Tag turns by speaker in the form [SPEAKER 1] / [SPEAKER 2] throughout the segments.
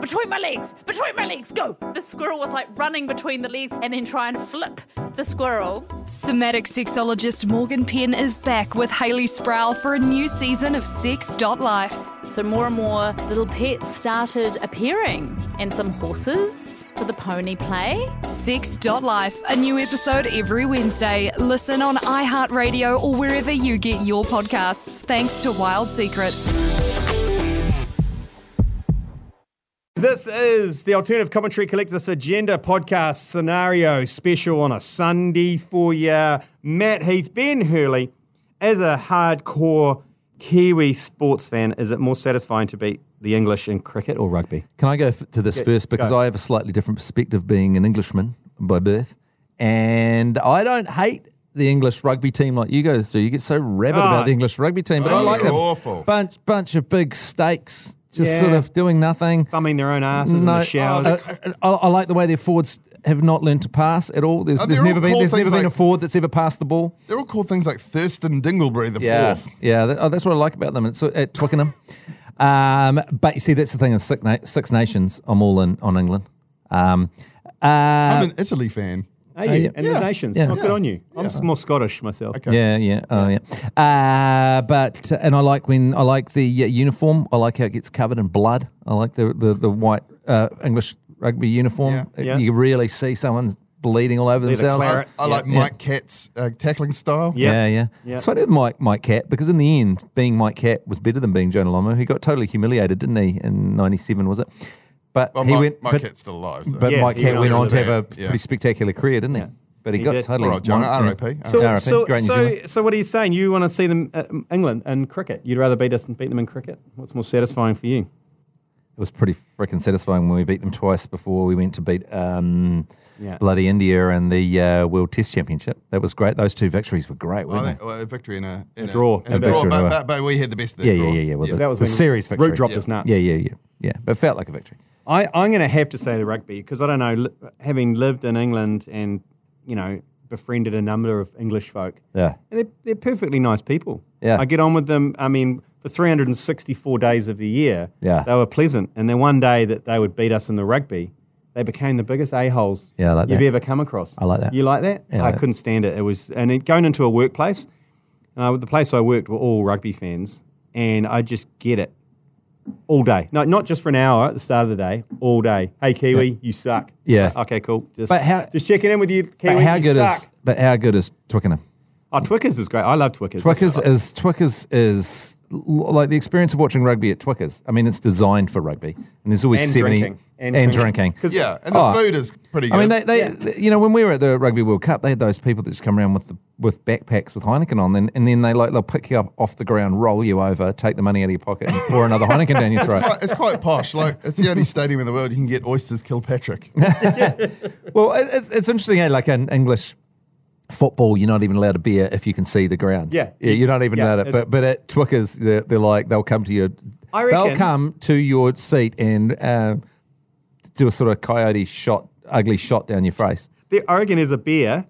[SPEAKER 1] between my legs, between my legs, go! The squirrel was like running between the legs and then try and flip the squirrel.
[SPEAKER 2] Somatic sexologist Morgan Penn is back with Haley Sproul for a new season of Sex.life.
[SPEAKER 1] So more and more little pets started appearing, and some horses for the pony play.
[SPEAKER 2] Sex.life, a new episode every Wednesday. Listen on iHeartRadio or wherever you get your podcasts. Thanks to Wild Secrets.
[SPEAKER 3] This is the Alternative Commentary Collectors Agenda podcast scenario special on a Sunday for you. Matt Heath, Ben Hurley. As a hardcore Kiwi sports fan, is it more satisfying to beat the English in cricket or rugby?
[SPEAKER 4] Can I go f- to this first because
[SPEAKER 3] go.
[SPEAKER 4] I have a slightly different perspective being an Englishman by birth, and I don't hate the English rugby team like you guys do. You get so rabid
[SPEAKER 3] Ah.
[SPEAKER 4] about the English rugby team, but I
[SPEAKER 5] Oh,
[SPEAKER 4] like
[SPEAKER 5] you're
[SPEAKER 4] this
[SPEAKER 5] awful.
[SPEAKER 4] bunch bunch of big stakes, just
[SPEAKER 3] Yeah.
[SPEAKER 4] sort of doing nothing.
[SPEAKER 3] Thumbing their own asses
[SPEAKER 4] uh,
[SPEAKER 3] in the showers.
[SPEAKER 4] I, I, I like the way their forwards have not learned to pass at all. There's,
[SPEAKER 5] Oh,
[SPEAKER 4] there's
[SPEAKER 5] they're all
[SPEAKER 4] never been
[SPEAKER 5] called
[SPEAKER 4] there's never
[SPEAKER 5] things
[SPEAKER 4] been a
[SPEAKER 5] like-
[SPEAKER 4] forward that's ever passed the ball.
[SPEAKER 5] They're all called things like Thurston Dingleberry the fourth.
[SPEAKER 4] Yeah, that, oh, that's what I like about them. It's uh, at Twickenham. um, but you see, that's the thing in Six, Na- Six Nations. I'm all in on England. Um, uh,
[SPEAKER 5] I'm an Italy fan.
[SPEAKER 3] Are you?
[SPEAKER 4] yeah.
[SPEAKER 3] And the nations.
[SPEAKER 4] Yeah.
[SPEAKER 3] Oh, good on you. I'm s- more Scottish myself.
[SPEAKER 5] Okay.
[SPEAKER 4] yeah, yeah, oh yeah. Uh, but and I like when I like the uh, uniform. I like how it gets covered in blood. I like the the, the white uh, English rugby uniform.
[SPEAKER 5] Yeah.
[SPEAKER 4] It-
[SPEAKER 3] Yeah.
[SPEAKER 4] You really see someone bleeding all over
[SPEAKER 3] They're the
[SPEAKER 4] themselves.
[SPEAKER 3] claret.
[SPEAKER 5] I, I like
[SPEAKER 4] Yeah.
[SPEAKER 5] Mike Cat's uh, tackling style.
[SPEAKER 3] Yeah.
[SPEAKER 4] Yeah, yeah.
[SPEAKER 3] Yeah.
[SPEAKER 4] It's funny with Mike Mike Cat because in the end, being Mike Cat was better than being Jonah Lomu. He got totally humiliated, didn't he? In '97, was it? But
[SPEAKER 5] Well,
[SPEAKER 4] he
[SPEAKER 5] Mike,
[SPEAKER 4] went.
[SPEAKER 5] Mike
[SPEAKER 4] but,
[SPEAKER 5] Cat's still alive. So.
[SPEAKER 4] but
[SPEAKER 3] Yes,
[SPEAKER 4] Mike
[SPEAKER 3] he
[SPEAKER 4] Cat
[SPEAKER 3] went
[SPEAKER 4] went
[SPEAKER 3] on
[SPEAKER 4] on
[SPEAKER 3] to
[SPEAKER 4] to have a
[SPEAKER 5] that, yeah.
[SPEAKER 4] pretty spectacular career, didn't he? But he,
[SPEAKER 3] He
[SPEAKER 4] got
[SPEAKER 3] did.
[SPEAKER 4] totally.
[SPEAKER 5] All right, Jonah,
[SPEAKER 4] whamped, yeah.
[SPEAKER 5] R.I.P.
[SPEAKER 3] So,
[SPEAKER 4] Yeah, I
[SPEAKER 3] so,
[SPEAKER 4] think great New
[SPEAKER 3] so,
[SPEAKER 4] Zealand.
[SPEAKER 3] so, what are you saying? You want to see them uh, England in cricket? You'd rather beat us than beat them in cricket? What's more satisfying for you?
[SPEAKER 4] It was pretty freaking satisfying when we beat them twice before we went to beat um,
[SPEAKER 3] Yeah.
[SPEAKER 4] bloody India and the uh, World Test Championship. That was great. Those two victories were great,
[SPEAKER 5] I
[SPEAKER 4] weren't
[SPEAKER 5] think,
[SPEAKER 4] they?
[SPEAKER 5] well, a victory and a, and
[SPEAKER 3] draw.
[SPEAKER 5] and
[SPEAKER 3] A
[SPEAKER 5] a draw,
[SPEAKER 4] victory and
[SPEAKER 5] but,
[SPEAKER 4] a-
[SPEAKER 5] but, but we had the best. of that
[SPEAKER 4] Yeah,
[SPEAKER 5] draw.
[SPEAKER 4] yeah, yeah, yeah. Well,
[SPEAKER 5] Yeah.
[SPEAKER 4] the,
[SPEAKER 3] That was
[SPEAKER 4] the
[SPEAKER 3] when
[SPEAKER 4] series
[SPEAKER 3] Root
[SPEAKER 4] victory.
[SPEAKER 3] dropped
[SPEAKER 4] yeah.
[SPEAKER 3] his nuts.
[SPEAKER 4] Yeah, yeah, yeah, yeah. But it felt like a victory.
[SPEAKER 3] I, I'm going to have to say the rugby because I don't know, li- having lived in England and, you know, befriended a number of English folk,
[SPEAKER 4] Yeah.
[SPEAKER 3] and they're, they're perfectly nice people.
[SPEAKER 4] Yeah.
[SPEAKER 3] I get on with them. I mean, for 364 days of the year,
[SPEAKER 4] Yeah.
[SPEAKER 3] they were pleasant. And then one day that they would beat us in the rugby, they became the biggest a-holes
[SPEAKER 4] Yeah, I like
[SPEAKER 3] you've
[SPEAKER 4] that.
[SPEAKER 3] ever come across.
[SPEAKER 4] I like that.
[SPEAKER 3] You like that?
[SPEAKER 4] Yeah, I
[SPEAKER 3] I
[SPEAKER 4] like-
[SPEAKER 3] couldn't stand it. It was, and it, going into a workplace, uh, the place I worked were all rugby fans, and I just get it all day. No, not just for an hour at the start of the day, all day. Hey, Kiwi, you suck.
[SPEAKER 4] Yeah.
[SPEAKER 3] It's like, okay, cool. Just,
[SPEAKER 4] But how-
[SPEAKER 3] just checking in with you, Kiwi.
[SPEAKER 4] But how
[SPEAKER 3] you
[SPEAKER 4] good
[SPEAKER 3] suck.
[SPEAKER 4] is but how good is Twickenham?
[SPEAKER 3] Oh, Twickers is great. I love Twickers.
[SPEAKER 4] Twickers is Twickers is l- like the experience of watching rugby at Twickers. I mean, it's designed for rugby, and there's always
[SPEAKER 3] And
[SPEAKER 4] seventy
[SPEAKER 3] drinking. And
[SPEAKER 4] and,
[SPEAKER 3] drinking.
[SPEAKER 4] drinking.
[SPEAKER 3] 'Cause-
[SPEAKER 5] Yeah, and the
[SPEAKER 4] Oh.
[SPEAKER 5] food is pretty good.
[SPEAKER 4] I mean, they, they you know, when we were at the Rugby World Cup, they had those people that just come around with the with backpacks with Heineken on, and, and then they like they'll pick you up off the ground, roll you over, take the money out of your pocket, and pour another Heineken down your throat.
[SPEAKER 5] Quite- it's quite posh. Like it's the only stadium in the world you can get oysters Kilpatrick.
[SPEAKER 4] Well, it- it's, it's interesting, eh? Like in English football, you're not even allowed a beer if you can see the ground.
[SPEAKER 3] Yeah.
[SPEAKER 4] you're not even
[SPEAKER 3] Yeah,
[SPEAKER 4] allowed it.
[SPEAKER 3] it's-
[SPEAKER 4] But but at Twickers, they're, they're like they'll come to your,
[SPEAKER 3] I
[SPEAKER 4] they'll
[SPEAKER 3] reckon-
[SPEAKER 4] come to your seat and um, do a sort of coyote shot, ugly shot down your face.
[SPEAKER 3] The Oregon is a beer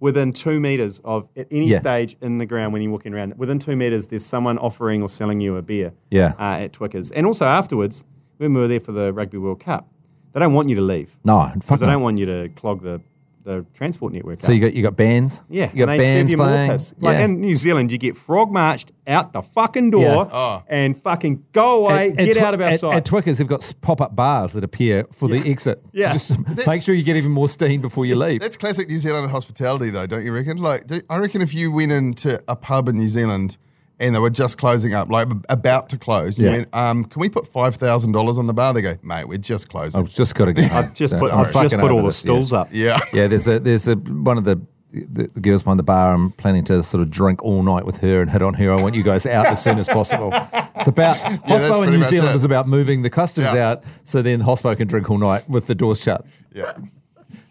[SPEAKER 3] within two meters of at any
[SPEAKER 4] Yeah.
[SPEAKER 3] stage in the ground when you're walking around. Within two meters, there's someone offering or selling you a beer.
[SPEAKER 4] Yeah.
[SPEAKER 3] Uh, at Twickers, and also afterwards, when we were there for the Rugby World Cup, they don't want you to leave
[SPEAKER 4] No, and fuck
[SPEAKER 3] because they
[SPEAKER 4] no.
[SPEAKER 3] don't want you to clog the, the transport network.
[SPEAKER 4] So
[SPEAKER 3] up.
[SPEAKER 4] you got you got bands.
[SPEAKER 3] Yeah,
[SPEAKER 4] you got
[SPEAKER 3] and they serve
[SPEAKER 4] bands
[SPEAKER 3] you more
[SPEAKER 4] playing.
[SPEAKER 3] piss. Like
[SPEAKER 4] yeah.
[SPEAKER 3] in New Zealand, you get frog marched out the fucking door
[SPEAKER 4] Yeah.
[SPEAKER 5] Oh.
[SPEAKER 3] and fucking go away, get
[SPEAKER 4] Twi-
[SPEAKER 3] out of our
[SPEAKER 4] at,
[SPEAKER 3] sight.
[SPEAKER 4] At Twickers, they've got pop up bars that appear for the exit.
[SPEAKER 3] Yeah.
[SPEAKER 4] So just make sure you get even more steam before you leave.
[SPEAKER 5] That's classic New Zealand hospitality, though, don't you reckon? Like, do, I reckon if you went into a pub in New Zealand and they were just closing up, like about to close, you
[SPEAKER 4] Yeah.
[SPEAKER 5] went, um, "Can we put five thousand dollars on the bar?" They go, "Mate, we're just closing."
[SPEAKER 3] Oh,
[SPEAKER 4] I've just got to go.
[SPEAKER 3] I've just
[SPEAKER 4] So
[SPEAKER 3] put,
[SPEAKER 4] I'm
[SPEAKER 3] I've just
[SPEAKER 4] fucking
[SPEAKER 3] put all
[SPEAKER 4] over
[SPEAKER 3] the
[SPEAKER 4] this, yeah.
[SPEAKER 3] stools up.
[SPEAKER 5] yeah,
[SPEAKER 4] yeah, there's a there's a one of the the girls behind the bar. I'm planning to sort of drink all night with her and hit on her. I want you guys out as soon as possible. It's about
[SPEAKER 5] that's
[SPEAKER 4] Hospo in
[SPEAKER 5] pretty
[SPEAKER 4] New
[SPEAKER 5] much
[SPEAKER 4] Zealand
[SPEAKER 5] it.
[SPEAKER 4] is about moving the customs
[SPEAKER 5] Yeah.
[SPEAKER 4] out, so then Hospo can drink all night with the doors shut.
[SPEAKER 5] yeah.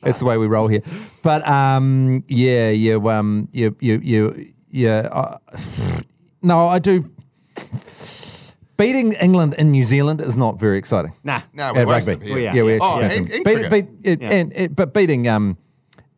[SPEAKER 4] That's the way we roll here. But um, yeah, you um, you you you yeah. Uh, no, I do. Beating England in New Zealand is not very exciting.
[SPEAKER 3] Nah.
[SPEAKER 5] No, we
[SPEAKER 4] At
[SPEAKER 5] wasted
[SPEAKER 4] rugby.
[SPEAKER 5] them.
[SPEAKER 4] Yeah, we
[SPEAKER 5] Oh,
[SPEAKER 4] actually
[SPEAKER 5] and-
[SPEAKER 4] beat
[SPEAKER 5] and
[SPEAKER 4] them.
[SPEAKER 5] cricket.
[SPEAKER 4] Beat- beat- it-
[SPEAKER 3] Yeah.
[SPEAKER 4] and- it- but beating um,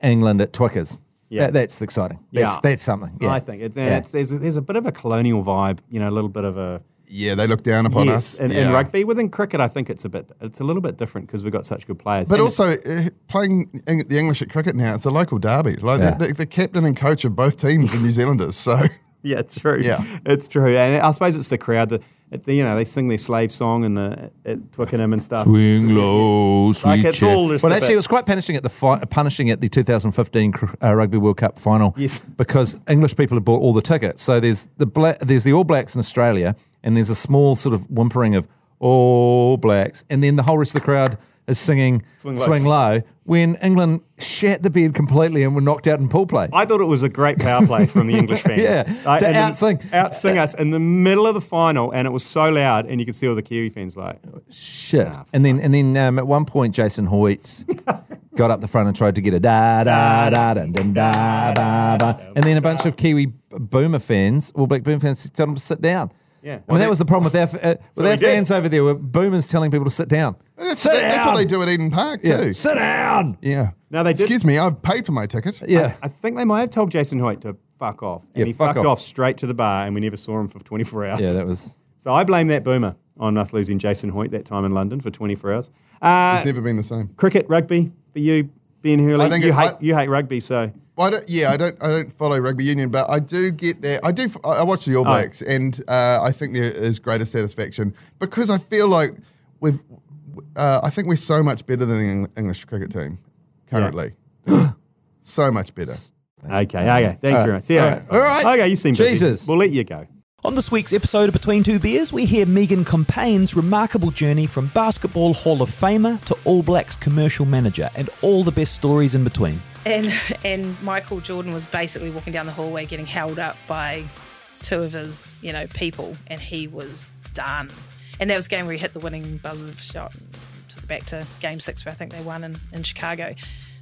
[SPEAKER 4] England at Twickers,
[SPEAKER 3] Yeah.
[SPEAKER 4] yeah, that's exciting. That's,
[SPEAKER 3] Yeah.
[SPEAKER 4] that's something. Yeah.
[SPEAKER 3] I think it's, and
[SPEAKER 4] Yeah.
[SPEAKER 3] it's there's, a, there's a bit of a colonial vibe, you know, a little bit of a
[SPEAKER 5] yeah, they look down upon
[SPEAKER 3] yes,
[SPEAKER 5] us.
[SPEAKER 3] in,
[SPEAKER 5] yeah.
[SPEAKER 3] in rugby. Within cricket, I think it's a bit, it's a little bit different because we've got such good players.
[SPEAKER 5] But
[SPEAKER 3] And-
[SPEAKER 5] also uh, playing Eng- the English at cricket now, it's a local derby. Like
[SPEAKER 4] Yeah.
[SPEAKER 5] the, the, the captain and coach of both teams are New Zealanders, so
[SPEAKER 3] yeah, it's true.
[SPEAKER 5] Yeah.
[SPEAKER 3] it's true. And I suppose it's the crowd that, it- you know, they sing their slave song and the at Twickenham and stuff.
[SPEAKER 4] Swing low, sweet
[SPEAKER 3] it's
[SPEAKER 4] chariot.
[SPEAKER 3] all just
[SPEAKER 4] Well,
[SPEAKER 3] a
[SPEAKER 4] actually,
[SPEAKER 3] bit-
[SPEAKER 4] it was quite punishing at the fi- punishing at the 2015 cr- uh, Rugby World Cup final.
[SPEAKER 3] Yes.
[SPEAKER 4] because English people had bought all the tickets. So there's the bla- there's the All Blacks in Australia, and there's a small sort of whimpering of All Blacks, and then the whole rest of the crowd is singing
[SPEAKER 3] Swing
[SPEAKER 4] Swing
[SPEAKER 3] Low.
[SPEAKER 4] Low, when England shat the bed completely and were knocked out in pool play.
[SPEAKER 3] I thought it was a great power play from the English fans.
[SPEAKER 4] Yeah,
[SPEAKER 3] I-
[SPEAKER 4] to
[SPEAKER 3] and then
[SPEAKER 4] out-sing.
[SPEAKER 3] outsing us in the middle of the final, and it was so loud, and you could see all the Kiwi fans like,
[SPEAKER 4] Shit. and then and then um, at one point, Jason Hoyts got up the front and tried to get a da da da dun, dun, da ba ba, and then a bunch of Kiwi b- boomer fans, all black boomer fans, told him to sit down.
[SPEAKER 3] Yeah.
[SPEAKER 4] I mean, that was the problem with our f- uh, with
[SPEAKER 3] we
[SPEAKER 4] our
[SPEAKER 3] did.
[SPEAKER 4] fans over there. Were boomers telling people to sit down?
[SPEAKER 5] that's,
[SPEAKER 4] sit down.
[SPEAKER 5] that- that's what they do at Eden Park too.
[SPEAKER 4] Yeah, sit down.
[SPEAKER 5] Yeah.
[SPEAKER 3] Now they did-
[SPEAKER 5] Excuse me, I've paid for my ticket.
[SPEAKER 4] Yeah.
[SPEAKER 3] I think they might have told Jason Hoyt to fuck off. And
[SPEAKER 4] Yeah,
[SPEAKER 3] he
[SPEAKER 4] fuck
[SPEAKER 3] fucked off.
[SPEAKER 4] off.
[SPEAKER 3] straight to the bar, and we never saw him for 24 hours.
[SPEAKER 4] yeah, that was.
[SPEAKER 3] so I blame that boomer on us losing Jason Hoyt that time in London for 24 hours. Uh,
[SPEAKER 5] It's never been the same.
[SPEAKER 3] cricket, rugby for you, Ben Hurley.
[SPEAKER 5] I think
[SPEAKER 3] you,
[SPEAKER 5] it-
[SPEAKER 3] hate,
[SPEAKER 5] I-
[SPEAKER 3] you hate rugby, so
[SPEAKER 5] Well, I don't, yeah, I don't, I don't follow rugby union, but I do get there. I do. f- I I watch the All Blacks, and uh, I think there is greater satisfaction because I feel like we've. Uh, I think we're so much better than the Eng- English cricket team currently. so much better.
[SPEAKER 3] okay, okay. Thanks very much. See you.
[SPEAKER 4] All right. All right.
[SPEAKER 3] Okay, you seem busy.
[SPEAKER 4] Jesus.
[SPEAKER 3] We'll let you go.
[SPEAKER 6] On this week's episode of Between Two Beers, we hear Megan Compain's remarkable journey from Basketball Hall of Famer to All Blacks commercial manager and all the best stories in between.
[SPEAKER 7] and and Michael Jordan was basically walking down the hallway getting held up by two of his you know people, and he was done. And that was the game where he hit the winning buzzer shot, and took it back to Game Six, where I think they won in, in Chicago.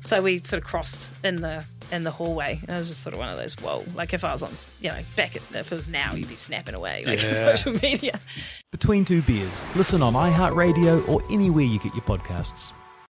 [SPEAKER 7] So we sort of crossed in the in the hallway, and it was just sort of one of those whoa. Like if I was on, s- you know, back at, if it was now, you'd be snapping away like social media.
[SPEAKER 6] Between Two Beers, listen on iHeartRadio or anywhere you get your podcasts.